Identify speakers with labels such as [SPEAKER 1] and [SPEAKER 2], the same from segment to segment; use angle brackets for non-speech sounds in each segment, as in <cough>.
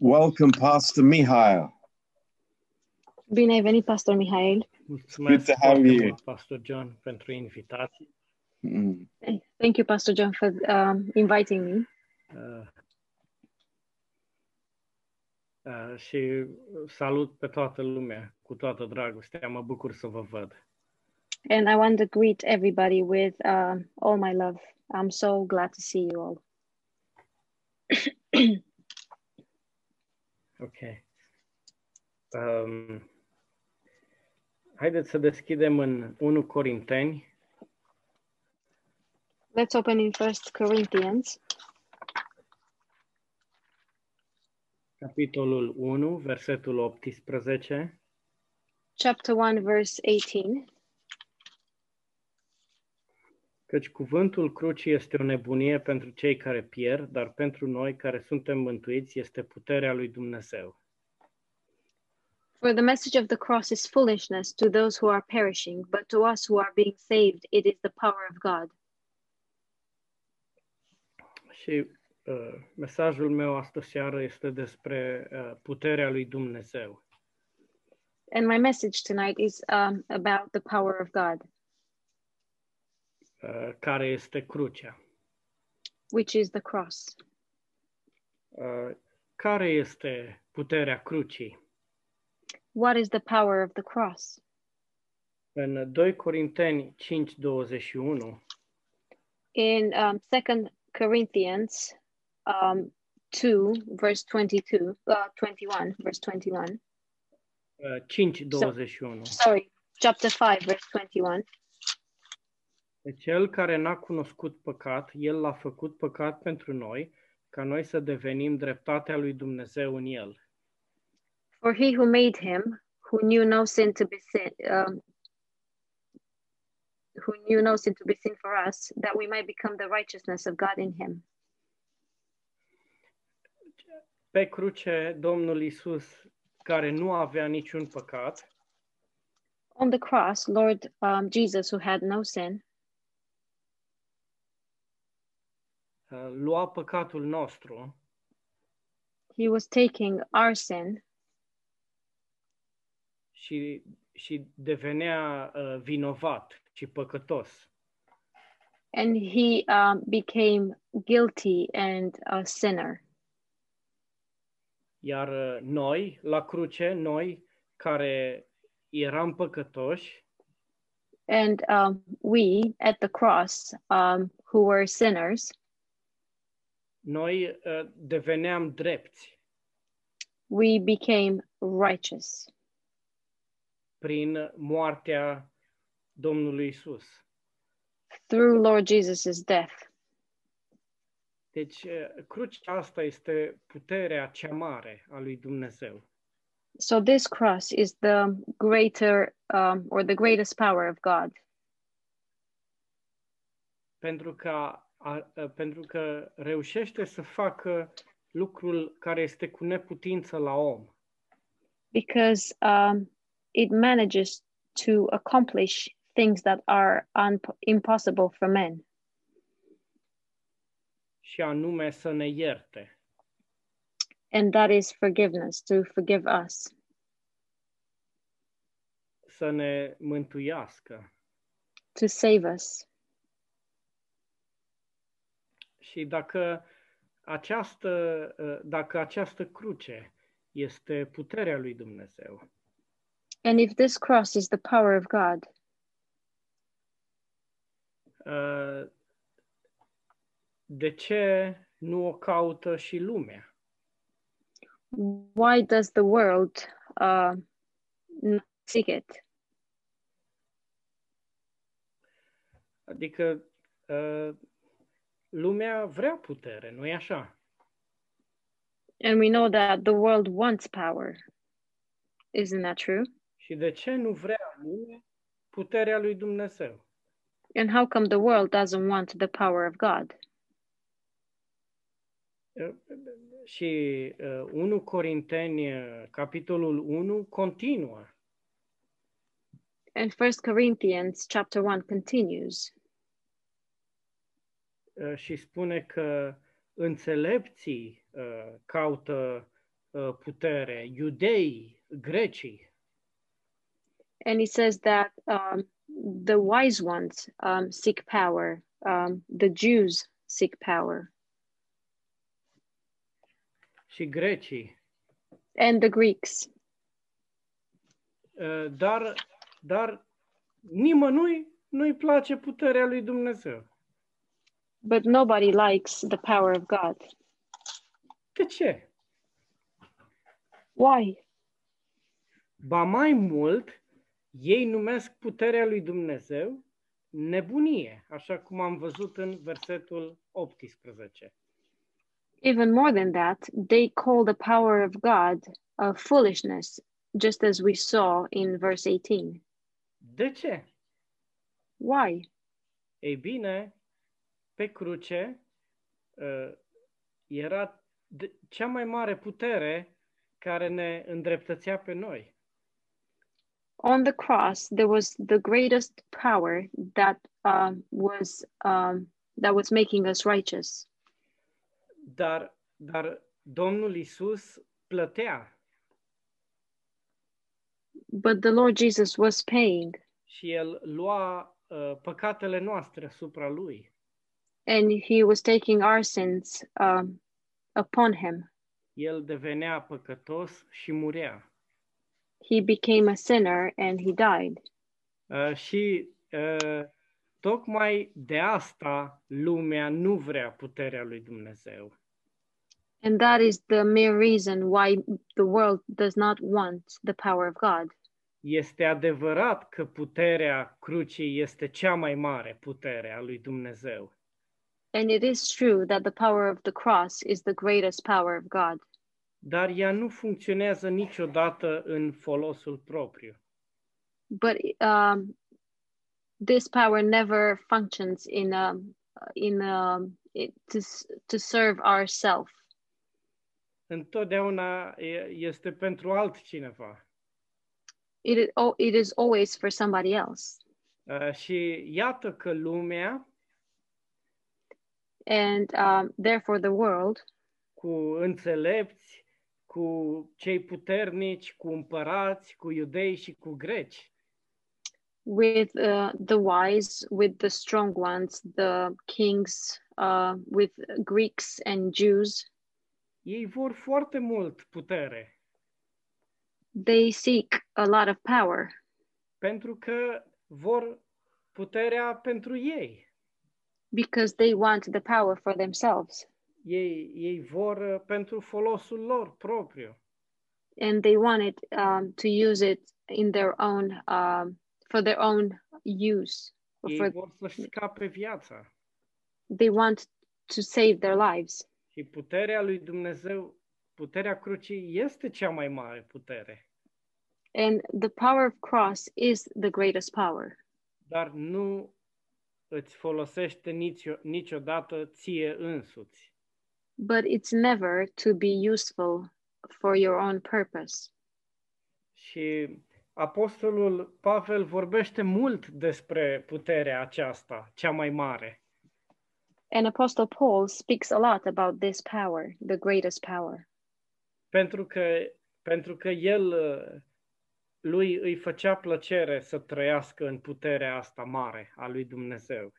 [SPEAKER 1] Welcome, Pastor Mihail.
[SPEAKER 2] Bine ai venit, Pastor Mihail.
[SPEAKER 1] Good to
[SPEAKER 3] Mulțumesc
[SPEAKER 1] have
[SPEAKER 3] foarte
[SPEAKER 1] you.
[SPEAKER 3] mult, Pastor John, pentru invitație.
[SPEAKER 1] Mm.
[SPEAKER 2] Thank you, Pastor John, for um, inviting me.
[SPEAKER 3] Uh, uh, și salut pe toată lumea, cu toată dragostea. Mă bucur să vă văd.
[SPEAKER 2] And I want to greet everybody with um, all my love. I'm so glad to see you all.
[SPEAKER 3] Ok. Um, haideți să deschidem în 1 Corinteni,
[SPEAKER 2] Let's open in First Corinthians,
[SPEAKER 3] capitolul 1, versetul 18.
[SPEAKER 2] chapter 1, verse 18.
[SPEAKER 3] Căci cuvântul crucii este o nebunie pentru cei care pierd, dar pentru noi care suntem mântuiți este puterea lui Dumnezeu.
[SPEAKER 2] For the message of the cross is foolishness to those who are perishing, but to us who are being saved, it is the power of God.
[SPEAKER 3] Și uh, mesajul meu astă seară este despre uh, puterea lui Dumnezeu.
[SPEAKER 2] And my message tonight is um, about the power of God,
[SPEAKER 3] Uh, care este crucea?
[SPEAKER 2] which is the cross.
[SPEAKER 3] Uh, care este puterea crucii?
[SPEAKER 2] What is the power of the cross?
[SPEAKER 3] În 2 Corinteni 5:21
[SPEAKER 2] in um, second corinthians um, 2 verse 22 uh, 21 verse 21
[SPEAKER 3] uh, 5:21.
[SPEAKER 2] sorry chapter 5 verse 21
[SPEAKER 3] Pe Deci cel care n-a cunoscut păcat, el l-a făcut păcat pentru noi, ca noi să devenim dreptatea lui Dumnezeu în el.
[SPEAKER 2] for he who made him who knew no sin to be sin um, who knew no sin to be sin for us that we might become the righteousness of god in him
[SPEAKER 3] Pe cruce, Domnul Isus, care nu avea niciun păcat,
[SPEAKER 2] on the cross lord um, jesus who had no sin
[SPEAKER 3] uh, lua păcatul nostru
[SPEAKER 2] he was taking our sin
[SPEAKER 3] și, și devenea uh, vinovat și păcătos.
[SPEAKER 2] and he um, became guilty and a sinner
[SPEAKER 3] Iar uh, noi, la cruce, noi care eram păcătoși,
[SPEAKER 2] And um, we at the cross, um, who were sinners,
[SPEAKER 3] noi uh, deveneam drepți
[SPEAKER 2] we became righteous
[SPEAKER 3] prin moartea Domnului Isus.
[SPEAKER 2] through Lord Jesus' death.
[SPEAKER 3] Deci, uh, crucea asta este puterea cea mare a lui Dumnezeu.
[SPEAKER 2] So this cross is the greater um, or the greatest power of God
[SPEAKER 3] pentru că, a, a- pentru că reușește să facă lucrul care este cu neputință la om.
[SPEAKER 2] because um, it manages to accomplish things that are un- impossible for men,
[SPEAKER 3] și anume să ne ierte.
[SPEAKER 2] and that is forgiveness, to forgive us,
[SPEAKER 3] să ne mântuiască.
[SPEAKER 2] to save us.
[SPEAKER 3] Și dacă această, uh, dacă această cruce este puterea lui Dumnezeu,
[SPEAKER 2] And if this cross is the power of God,
[SPEAKER 3] uh, de ce nu o caută și lumea?
[SPEAKER 2] why does the world uh, not seek it?
[SPEAKER 3] Adică uh, lumea vrea putere, nu-i așa?
[SPEAKER 2] And we know that the world wants power. Isn't that true?
[SPEAKER 3] Și de ce nu vrea lumea puterea lui Dumnezeu?
[SPEAKER 2] And how come the world doesn't want the power of God?
[SPEAKER 3] Și uh, 1 Corinteni, uh, capitolul 1, continuă.
[SPEAKER 2] And First Corinthians chapter 1 continues
[SPEAKER 3] uh, și spune că înțelepții uh, caută uh, uh, putere, iudeii, grecii.
[SPEAKER 2] And he says that um, the wise ones um, seek power, um, the Jews seek power,
[SPEAKER 3] și grecii.
[SPEAKER 2] and the Greeks.
[SPEAKER 3] Uh, Dar, dar nimănui nu-i place puterea lui Dumnezeu.
[SPEAKER 2] But nobody likes the power of God.
[SPEAKER 3] De ce?
[SPEAKER 2] Why?
[SPEAKER 3] Ba mai mult, ei numesc puterea lui Dumnezeu nebunie, așa cum am văzut în versetul 18.
[SPEAKER 2] Even more than that, they call the power of God a foolishness, just as we saw in verse 18.
[SPEAKER 3] De ce?
[SPEAKER 2] Why?
[SPEAKER 3] Ei bine, pe cruce uh, era de- cea mai mare putere care ne îndreptățea pe noi.
[SPEAKER 2] On the cross, there was the greatest power that um, was um, that was making us righteous.
[SPEAKER 3] Dar, dar Domnul Isus plătea
[SPEAKER 2] But the Lord Jesus was paying,
[SPEAKER 3] și El lua uh, păcatele noastre asupra Lui.
[SPEAKER 2] and He was taking our sins um, upon Him.
[SPEAKER 3] El devenea păcătos și murea.
[SPEAKER 2] He became a sinner, and He died.
[SPEAKER 3] Uh, și uh, tocmai de asta lumea nu vrea puterea lui Dumnezeu.
[SPEAKER 2] And that is the mere reason why the world does not want the power of God.
[SPEAKER 3] Este adevărat că puterea crucii este cea mai mare putere a lui Dumnezeu,
[SPEAKER 2] And it is true that the power of the cross is the greatest power of God,
[SPEAKER 3] dar ea nu funcționează niciodată în folosul propriu.
[SPEAKER 2] but um, this power never functions in um, in um, it, to s- to serve ourself.
[SPEAKER 3] Întotdeauna e- este pentru altcineva.
[SPEAKER 2] It is, oh, it is always for somebody else.
[SPEAKER 3] Uh, Și iată că lumea,
[SPEAKER 2] And um, therefore, the world,
[SPEAKER 3] cu înțelepți, cu cei puternici, cu împărați, cu iudei și cu greci,
[SPEAKER 2] with uh, the wise, with the strong ones, the kings, uh, with Greeks and Jews,
[SPEAKER 3] ei vor foarte mult putere,
[SPEAKER 2] they seek a lot of power
[SPEAKER 3] pentru că vor puterea pentru ei.
[SPEAKER 2] because they want the power for themselves.
[SPEAKER 3] Ei, ei vor uh, pentru folosul lor propriu.
[SPEAKER 2] and they wanted um, to use it in their own um, for their own use or
[SPEAKER 3] Ei
[SPEAKER 2] for
[SPEAKER 3] vor să-și scape viața.
[SPEAKER 2] they want to save their lives
[SPEAKER 3] Și puterea lui Dumnezeu, puterea crucii este cea mai mare putere,
[SPEAKER 2] and the power of cross is the greatest power
[SPEAKER 3] dar nu îți folosește nicio, niciodată ție însuți.
[SPEAKER 2] but it's never to be useful for your own purpose
[SPEAKER 3] Și apostolul Pavel vorbește mult despre puterea aceasta, cea mai mare.
[SPEAKER 2] and apostle paul speaks a lot about this power the greatest power
[SPEAKER 3] pentru că, pentru că el uh, lui îi făcea plăcere să trăiască în puterea asta mare a lui Dumnezeu.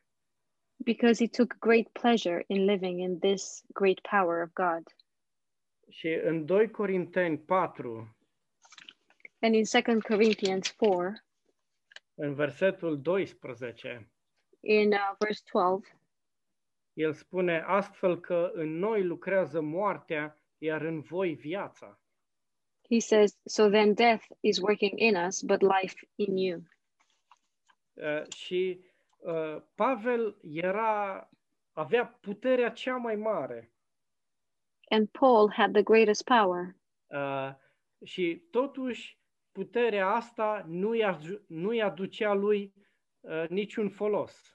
[SPEAKER 2] because he took great pleasure in living in this great power of god
[SPEAKER 3] Și în 2 Corinteni 4,
[SPEAKER 2] and in 2 corinthians 4
[SPEAKER 3] în versetul 12,
[SPEAKER 2] in uh, verse 12
[SPEAKER 3] el spune astfel că în noi lucrează moartea, iar în voi viața.
[SPEAKER 2] He says, So then death is working in us, but life in you.
[SPEAKER 3] Uh, și uh, Pavel era avea puterea cea mai mare
[SPEAKER 2] And Paul had the greatest power.
[SPEAKER 3] Uh, și totuși puterea asta nu-i, aju- nu-i aducea lui uh, niciun folos.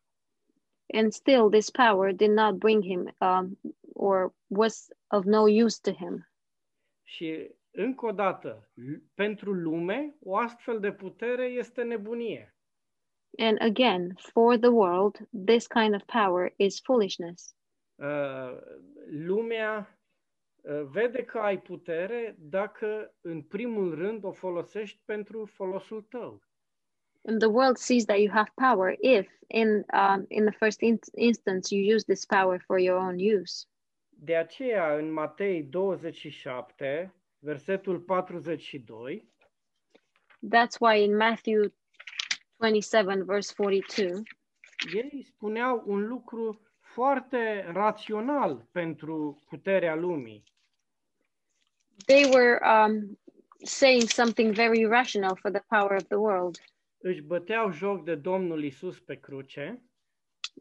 [SPEAKER 2] And still, this power did not bring him um, or was of no use to him.
[SPEAKER 3] Și încă o dată, l- pentru lume, o astfel de putere este nebunie.
[SPEAKER 2] And again, for the world, this kind of power is foolishness.
[SPEAKER 3] Uh, lumea Uh, Vede că ai putere dacă, în primul rând, o folosești pentru folosul tău.
[SPEAKER 2] And the world sees that you have power if, in um, in the first in- instance, you use this power for your own use.
[SPEAKER 3] De aceea, în Matei 27, versetul 42,
[SPEAKER 2] That's why in Matthew 27, verse 42,
[SPEAKER 3] ei spuneau un lucru foarte rațional pentru puterea lumii.
[SPEAKER 2] they were um, saying something very rational for the power of the world.
[SPEAKER 3] Își băteau joc de Domnul Isus pe cruce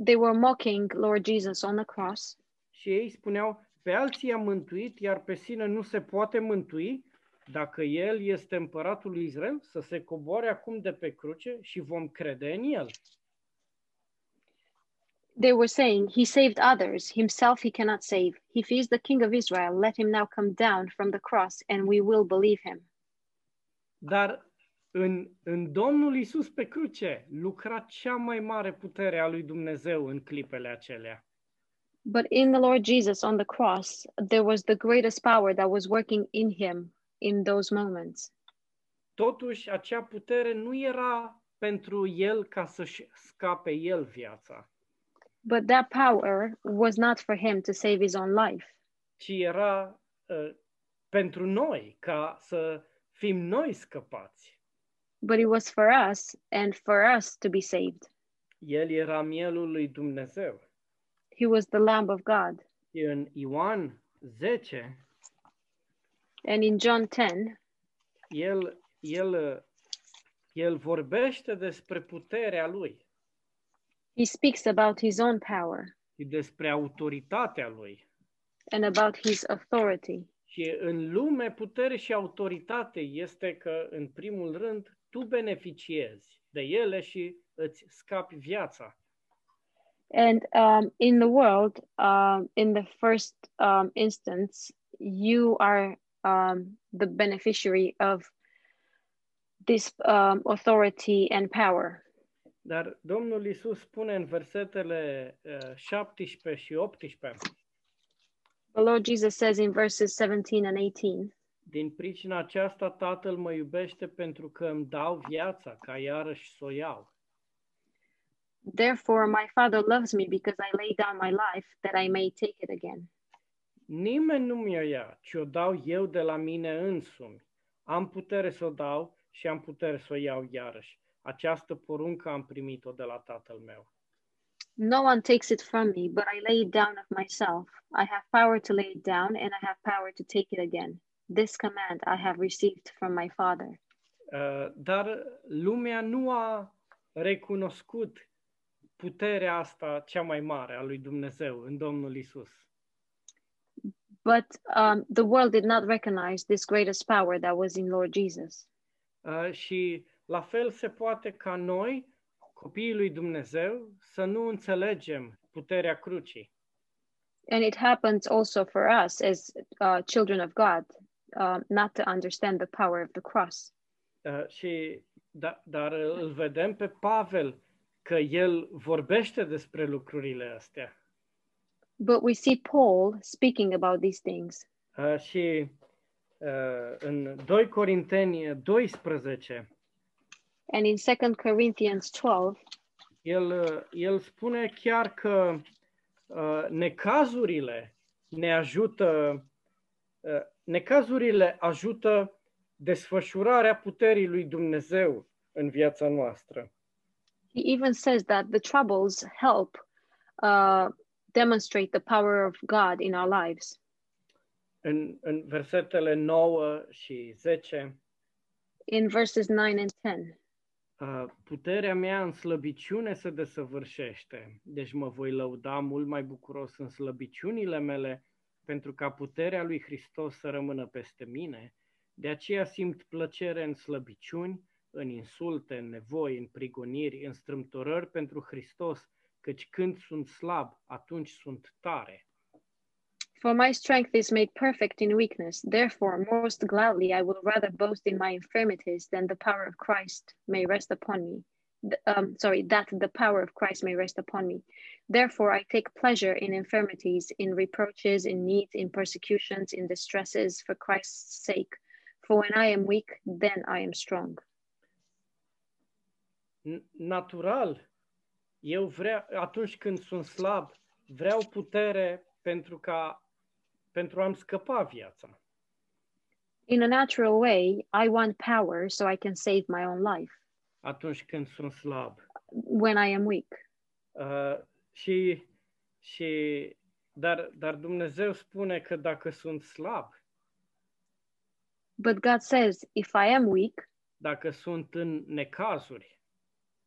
[SPEAKER 2] They were mocking Lord Jesus on the cross.
[SPEAKER 3] și ei spuneau, pe alții i-a mântuit, iar pe sine nu se poate mântui dacă el este împăratul lui Israel, să se coboare acum de pe cruce și vom crede în el.
[SPEAKER 2] They were saying, He saved others, Himself He cannot save. If He is the King of Israel, let Him now come down from the cross and we will believe Him.
[SPEAKER 3] Dar în, în Domnul Isus pe cruce lucra cea mai mare putere a lui Dumnezeu în clipele acelea.
[SPEAKER 2] But in the Lord Jesus on the cross, there was the greatest power that was working in Him in those moments.
[SPEAKER 3] Totuși, acea putere nu era pentru el ca să-și scape el viața,
[SPEAKER 2] But that power was not for Him to save His own life,
[SPEAKER 3] ci era uh, pentru noi, ca să fim noi scăpați.
[SPEAKER 2] but it was for us and for us to be saved.
[SPEAKER 3] El era mielul lui Dumnezeu.
[SPEAKER 2] He was the Lamb of God.
[SPEAKER 3] În Ioan 10,
[SPEAKER 2] And in John 10,
[SPEAKER 3] el, el, uh, el vorbește despre puterea lui
[SPEAKER 2] He speaks about His own power
[SPEAKER 3] și despre autoritatea lui.
[SPEAKER 2] and about His authority.
[SPEAKER 3] Și în lume, putere și autoritate este că, în primul rând, tu beneficiezi de ele și îți scapi viața.
[SPEAKER 2] And um, in the world, um, in the first um, instance, you are um, the beneficiary of this um, authority and power.
[SPEAKER 3] Dar Domnul Isus spune în versetele uh, 17 și 18,
[SPEAKER 2] The Lord Jesus says in verses 17 and 18,
[SPEAKER 3] din pricina aceasta Tatăl mă iubește pentru că îmi dau viața ca iarăși să o iau.
[SPEAKER 2] Therefore, my Father loves me because I lay down my life that I may take it again.
[SPEAKER 3] Nimeni nu mi-o ia, ci o dau eu de la mine însumi. Am putere să o dau și am putere să o iau iarăși. Această poruncă am primit-o de la Tatăl meu.
[SPEAKER 2] No one takes it from me, but I lay it down of myself. I have power to lay it down, and I have power to take it again. This command I have received from my Father.
[SPEAKER 3] Uh, dar lumea nu a recunoscut puterea asta cea mai mare a lui Dumnezeu în Domnul Isus.
[SPEAKER 2] But um, the world did not recognize this greatest power that was in Lord Jesus.
[SPEAKER 3] Uh, și la fel se poate ca noi, copiii lui Dumnezeu, să nu înțelegem puterea crucii.
[SPEAKER 2] And it happens also for us as uh, children of God um, not to understand the power of the cross.
[SPEAKER 3] Uh, și da, dar îl vedem pe Pavel că el vorbește despre lucrurile astea.
[SPEAKER 2] But we see Paul speaking about these things.
[SPEAKER 3] Uh, și uh, în 2 Corinteni 12
[SPEAKER 2] And in 2 Corinthians 12,
[SPEAKER 3] el, el spune chiar că uh, necazurile ne ajută, uh, necazurile ajută desfășurarea puterii lui Dumnezeu în viața noastră.
[SPEAKER 2] he even says that the troubles help uh, demonstrate the power of God in our lives.
[SPEAKER 3] În, în versetele 9 și 10,
[SPEAKER 2] In verses 9 and 10,
[SPEAKER 3] uh, puterea mea în slăbiciune se desăvârșește, deci mă voi lăuda mult mai bucuros în slăbiciunile mele, pentru ca puterea lui Hristos să rămână peste mine. De aceea simt plăcere în slăbiciuni, în insulte, în nevoi, în prigoniri, în strâmtorări pentru Hristos, căci când sunt slab, atunci sunt tare.
[SPEAKER 2] For my strength is made perfect in weakness. Therefore, most gladly I will rather boast in my infirmities than the power of Christ may rest upon me. th- um, sorry, that the power of Christ may rest upon me. Therefore, I take pleasure in infirmities, in reproaches, in needs, in persecutions, in distresses for Christ's sake. For when I am weak, then I am strong.
[SPEAKER 3] N- Natural, eu vreau, atunci când sunt slab, vreau putere pentru ca pentru a-mi scăpa viața.
[SPEAKER 2] In a natural way, I want power so I can save my own life
[SPEAKER 3] atunci când sunt slab.
[SPEAKER 2] when I am weak.
[SPEAKER 3] Uh, și, și, dar, dar Dumnezeu spune că dacă sunt slab,
[SPEAKER 2] But God says, if I am weak,
[SPEAKER 3] dacă sunt în necazuri,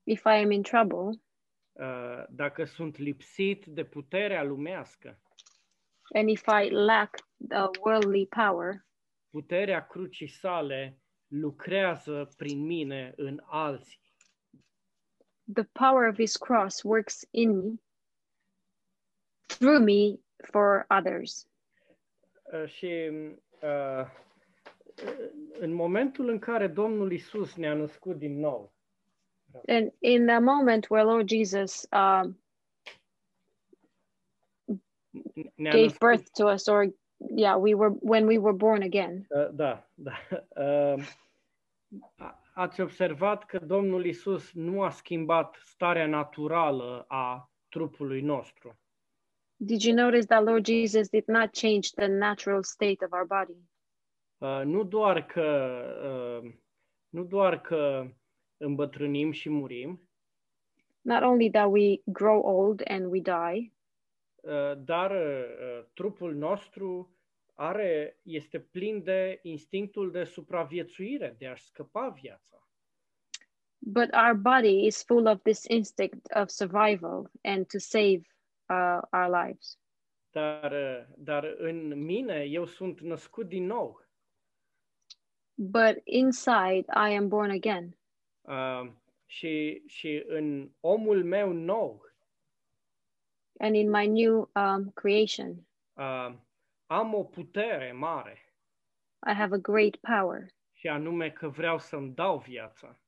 [SPEAKER 2] if I am in trouble,
[SPEAKER 3] uh, dacă sunt lipsit de puterea lumească,
[SPEAKER 2] and if I lack the worldly power,
[SPEAKER 3] puterea crucii sale lucrează prin mine în alții.
[SPEAKER 2] the power of His cross works in me, through me for others.
[SPEAKER 3] Uh, și uh, în momentul în care Domnul Isus ne-a născut din nou,
[SPEAKER 2] And in the moment where Lord Jesus um,
[SPEAKER 3] ne-a
[SPEAKER 2] gave birth to us, or yeah, we were when we were born again,
[SPEAKER 3] Uh, Da, da. Uh, a- Ați observat că Domnul Isus nu a schimbat starea naturală a trupului nostru.
[SPEAKER 2] did you notice that Lord Jesus did not change the natural state of our body?
[SPEAKER 3] Uh, Nu doar că uh, nu doar că îmbătrânim și murim,
[SPEAKER 2] Not only that we grow old and we die,
[SPEAKER 3] uh, dar uh, trupul nostru are este plin de instinctul de supraviețuire, de a-și scăpa viața.
[SPEAKER 2] but our body is full of this instinct of survival and to save uh, our lives.
[SPEAKER 3] Dar uh, dar în mine eu sunt născut din nou.
[SPEAKER 2] But inside, I am born again.
[SPEAKER 3] Uh, și, și în omul meu nou
[SPEAKER 2] And in my new um, creation,
[SPEAKER 3] uh, am o putere mare
[SPEAKER 2] I have a great power,
[SPEAKER 3] și anume că vreau să-mi dau viața.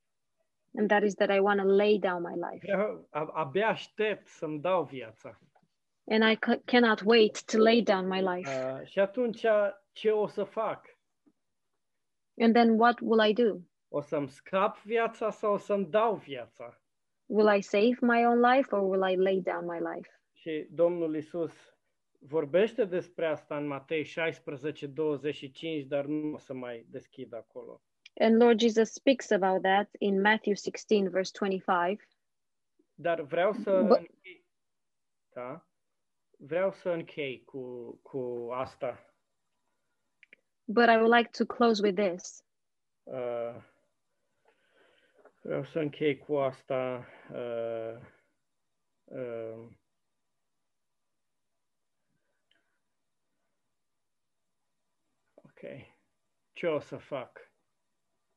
[SPEAKER 2] and that is that I want to lay down my life.
[SPEAKER 3] Vreau, a, abia aștept să-mi dau viața.
[SPEAKER 2] And I c- cannot wait to lay down my life.
[SPEAKER 3] Uh, și atunci ce o să fac?
[SPEAKER 2] and then what will I do?
[SPEAKER 3] O să-mi scap viața sau o să-mi dau viața?
[SPEAKER 2] Will I save my own life or will I lay down my life?
[SPEAKER 3] Și Domnul Isus vorbește despre asta în Matei 16, 25, dar nu o să mai deschid acolo.
[SPEAKER 2] And Lord Jesus speaks about that in Matthew 16, verse 25.
[SPEAKER 3] Dar vreau să
[SPEAKER 2] Bă-
[SPEAKER 3] închei, da? Vreau să închei cu, cu asta.
[SPEAKER 2] But I would like to close with this.
[SPEAKER 3] Uh, vreau să închei cu asta. Uh, uh, ok. Ce o să fac?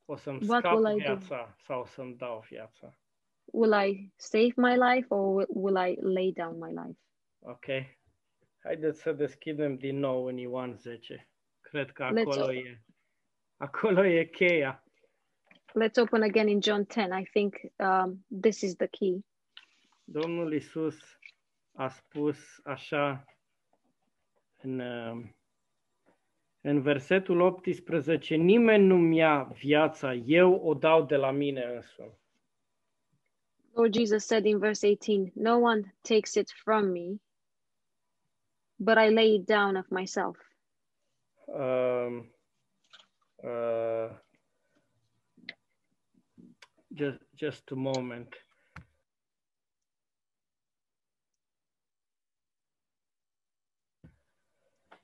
[SPEAKER 3] O să-mi
[SPEAKER 2] What
[SPEAKER 3] scap
[SPEAKER 2] will I do?
[SPEAKER 3] viața sau o să-mi dau viața?
[SPEAKER 2] Will I save my life or wi- will I lay down my life?
[SPEAKER 3] Ok. Haideți să deschidem din nou în Ioan 10. Cred că
[SPEAKER 2] Let's
[SPEAKER 3] acolo
[SPEAKER 2] open.
[SPEAKER 3] e. Acolo e cheia.
[SPEAKER 2] Let's open again in John 10. I think um, this is the key.
[SPEAKER 3] Domnul Isus a spus așa în, uh, în versetul 18, nimeni nu-mi ia viața, eu o dau de la mine însumi.
[SPEAKER 2] Lord Jesus said in verse 18, No one takes it from me, but I lay it down of myself.
[SPEAKER 3] Uh, uh, just, just a moment.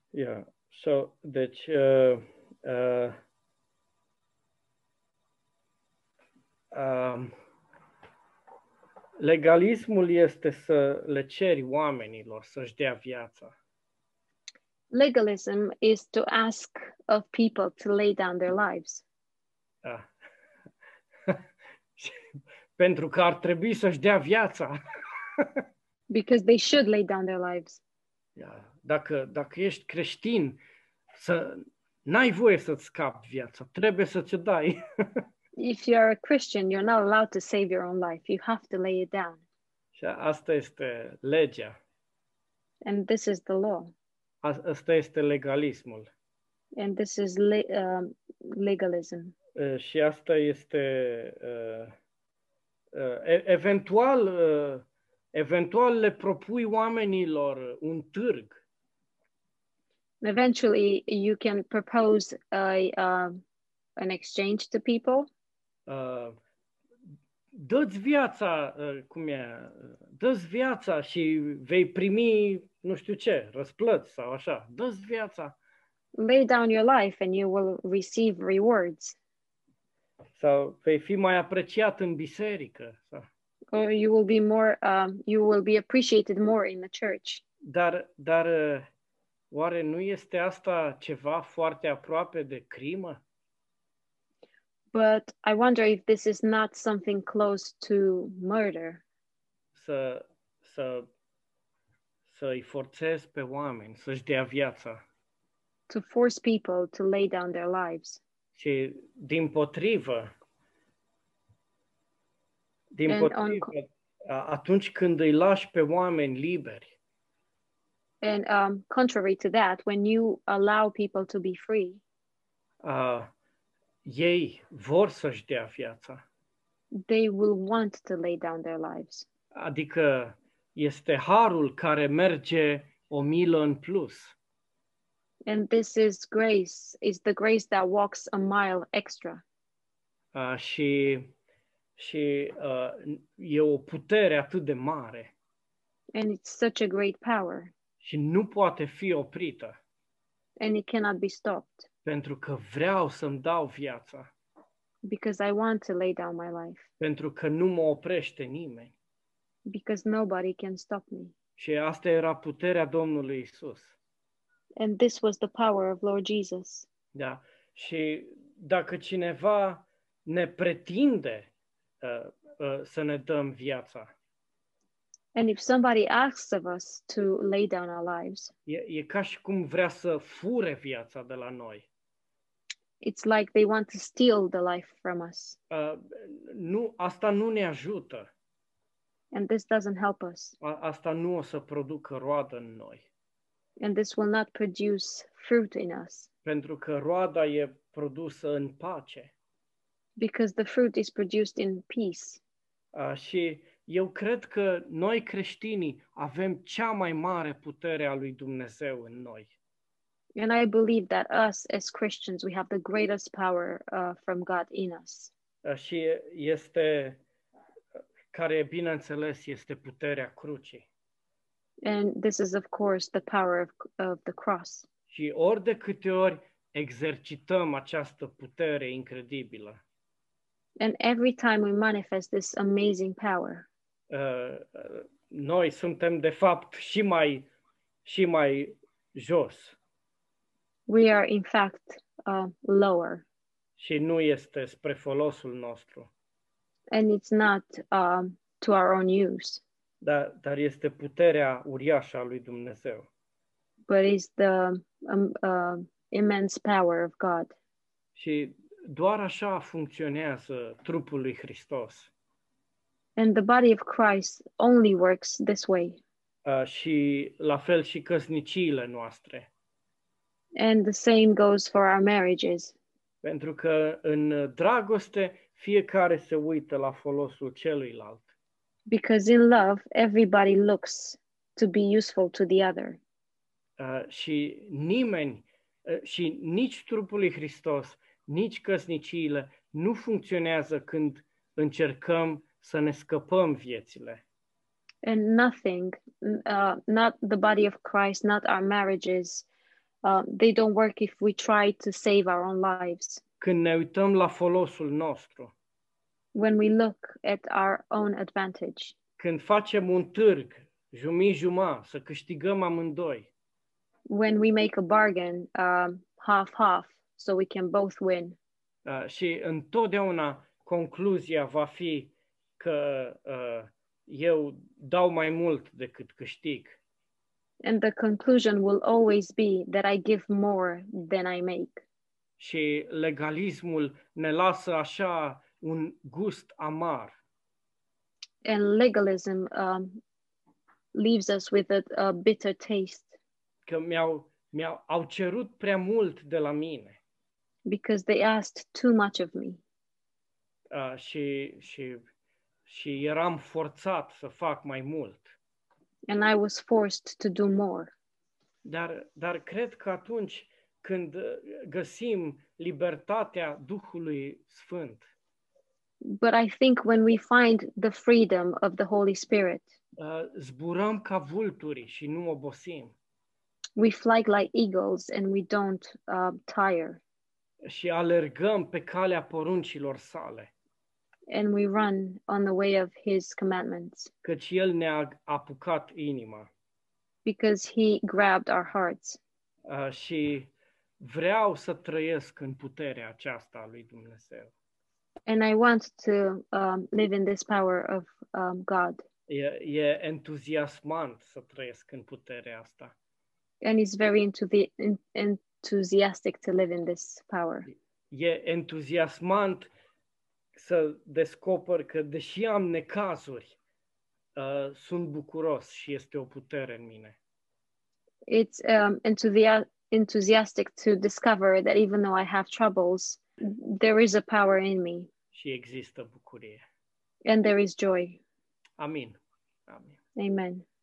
[SPEAKER 3] Yeah. So, deci, uh, uh, um, legalismul este să le ceri oamenilor să-și dea viața.
[SPEAKER 2] Legalism is to ask of people to lay down their lives
[SPEAKER 3] Da. <laughs> Și- Pentru că ar trebui să-și dea viața.
[SPEAKER 2] because they should lay down their lives.
[SPEAKER 3] Da. Dacă, dacă ești creștin, să n-ai voie să-ți scapi viața, trebuie să-ți o dai. <laughs>
[SPEAKER 2] if you're a Christian, you're not allowed to save your own life. You have to lay it down.
[SPEAKER 3] Și asta este legea,
[SPEAKER 2] And this is the law.
[SPEAKER 3] a- asta este legalismul
[SPEAKER 2] And this is le- um, legalism.
[SPEAKER 3] Uh, și asta este uh, uh, e- eventual, uh, eventual le propui oamenilor un târg,
[SPEAKER 2] Eventually, you can propose a um, an exchange to people.
[SPEAKER 3] uh, dă-ți viața, uh, cum e, dă-ți viața și vei primi nu știu ce, răsplăți sau așa, dă-ți viața.
[SPEAKER 2] Lay down your life, and you will receive rewards,
[SPEAKER 3] Sau vei fi mai apreciat în biserică. Sau...
[SPEAKER 2] or you will be more. Um, you will be appreciated more in the church.
[SPEAKER 3] Dar, dar uh, oare nu este asta ceva foarte aproape de crimă?
[SPEAKER 2] But I wonder if this is not something close to murder.
[SPEAKER 3] Să, să, să îi forțezi pe oameni să-și dea viața.
[SPEAKER 2] to force people to lay down their lives.
[SPEAKER 3] Și din potrivă, din
[SPEAKER 2] And
[SPEAKER 3] potrivă, a- atunci când îi lași pe oameni liberi,
[SPEAKER 2] And um, contrary to that, when you allow people to be free,
[SPEAKER 3] uh, ei vor să-și dea viața.
[SPEAKER 2] they will want to lay down their lives.
[SPEAKER 3] Adică este harul care merge o milă în plus.
[SPEAKER 2] And this is grace, is the grace that walks a mile extra.
[SPEAKER 3] Uh, și și uh, e o putere atât de mare
[SPEAKER 2] And it's such a great power,
[SPEAKER 3] și nu poate fi oprită
[SPEAKER 2] and it cannot be stopped
[SPEAKER 3] pentru că vreau să-mi dau viața,
[SPEAKER 2] because I want to lay down my life
[SPEAKER 3] pentru că nu mă oprește nimeni.
[SPEAKER 2] because nobody can stop me.
[SPEAKER 3] Și asta era puterea Domnului Isus.
[SPEAKER 2] And this was the power of Lord Jesus.
[SPEAKER 3] Da? Și dacă cineva ne pretinde uh, uh, să ne dăm viața,
[SPEAKER 2] And if somebody asks of us to lay down our lives,
[SPEAKER 3] E, e ca și cum vrea să fure viața de la noi.
[SPEAKER 2] it's like they want to steal the life from us.
[SPEAKER 3] Uh, nu, asta nu ne ajută.
[SPEAKER 2] and this doesn't help us
[SPEAKER 3] A, asta nu o să producă roadă în noi.
[SPEAKER 2] and this will not produce fruit in us
[SPEAKER 3] Pentru că roada e produsă în pace.
[SPEAKER 2] because the fruit is produced in peace
[SPEAKER 3] Uh, și eu cred că noi creștinii avem cea mai mare putere a lui Dumnezeu în noi.
[SPEAKER 2] and i believe that us as christians we have the greatest power uh, from god in us
[SPEAKER 3] Uh, și este, care bineînțeles este puterea crucii.
[SPEAKER 2] and this is of course the power of, of the cross
[SPEAKER 3] Și ori de câte ori exercităm această putere incredibilă,
[SPEAKER 2] and every time we manifest this amazing power
[SPEAKER 3] uh, noi suntem de fapt și mai și mai jos
[SPEAKER 2] we are in fact uh, lower
[SPEAKER 3] și nu este spre folosul nostru,
[SPEAKER 2] and it's not um, to our own use
[SPEAKER 3] dar, dar este puterea uriașă a lui Dumnezeu.
[SPEAKER 2] but it's the um, uh, immense power of god
[SPEAKER 3] Și doar așa funcționează trupul lui Hristos.
[SPEAKER 2] And the body of Christ only works this way.
[SPEAKER 3] Uh, și la fel și căsniciile noastre.
[SPEAKER 2] And the same goes for our marriages,
[SPEAKER 3] Pentru că în dragoste fiecare se uită la folosul celuilalt.
[SPEAKER 2] because in love, everybody looks to be useful to the other.
[SPEAKER 3] Uh, și nimeni uh, și nici trupul lui Hristos, nici căsniciile nu funcționează când încercăm să ne scăpăm viețile,
[SPEAKER 2] And nothing, n- uh, not the body of Christ, not our marriages, uh, they don't work if we try to save our own lives.
[SPEAKER 3] când ne uităm la folosul nostru,
[SPEAKER 2] When we look at our own advantage,
[SPEAKER 3] când facem un târg jumii-juma să câștigăm amândoi,
[SPEAKER 2] when we make a bargain um, half half so we can both win.
[SPEAKER 3] uh, și întotdeauna concluzia va fi că uh, eu dau mai mult decât câștig.
[SPEAKER 2] And the conclusion will always be that I give more than I make.
[SPEAKER 3] și legalismul ne lasă așa un gust amar.
[SPEAKER 2] and legalism um, leaves us with a, a bitter taste
[SPEAKER 3] Că mi-au, mi-au au cerut prea mult de la mine.
[SPEAKER 2] because they asked too much of me
[SPEAKER 3] Uh, și, și, și eram forțat să fac mai mult.
[SPEAKER 2] and I was forced to do more.
[SPEAKER 3] Dar, dar cred că atunci când uh, găsim libertatea Duhului Sfânt,
[SPEAKER 2] But I think when we find the freedom of the Holy Spirit,
[SPEAKER 3] uh, zburăm ca vulturi și nu obosim.
[SPEAKER 2] we fly like eagles and we don't uh, tire
[SPEAKER 3] și alergăm pe calea poruncilor sale,
[SPEAKER 2] and we run on the way of his commandments
[SPEAKER 3] căci El ne-a apucat inima.
[SPEAKER 2] because he grabbed our hearts.
[SPEAKER 3] Uh, și vreau să trăiesc în puterea aceasta a lui Dumnezeu.
[SPEAKER 2] And I want to um, live in this power of um, God.
[SPEAKER 3] E, e entuziasmant să trăiesc în puterea asta.
[SPEAKER 2] And it's very into the, en- enthusiastic to live in this power.
[SPEAKER 3] E entuziasmant să descoper că, deși am necazuri, uh, sunt bucuros și este o putere în mine.
[SPEAKER 2] It's um, enthousi- enthusiastic to discover that even though I have troubles, there is a power in me
[SPEAKER 3] Și există bucurie.
[SPEAKER 2] and there is joy.
[SPEAKER 3] Amin. Amin.
[SPEAKER 2] Amen.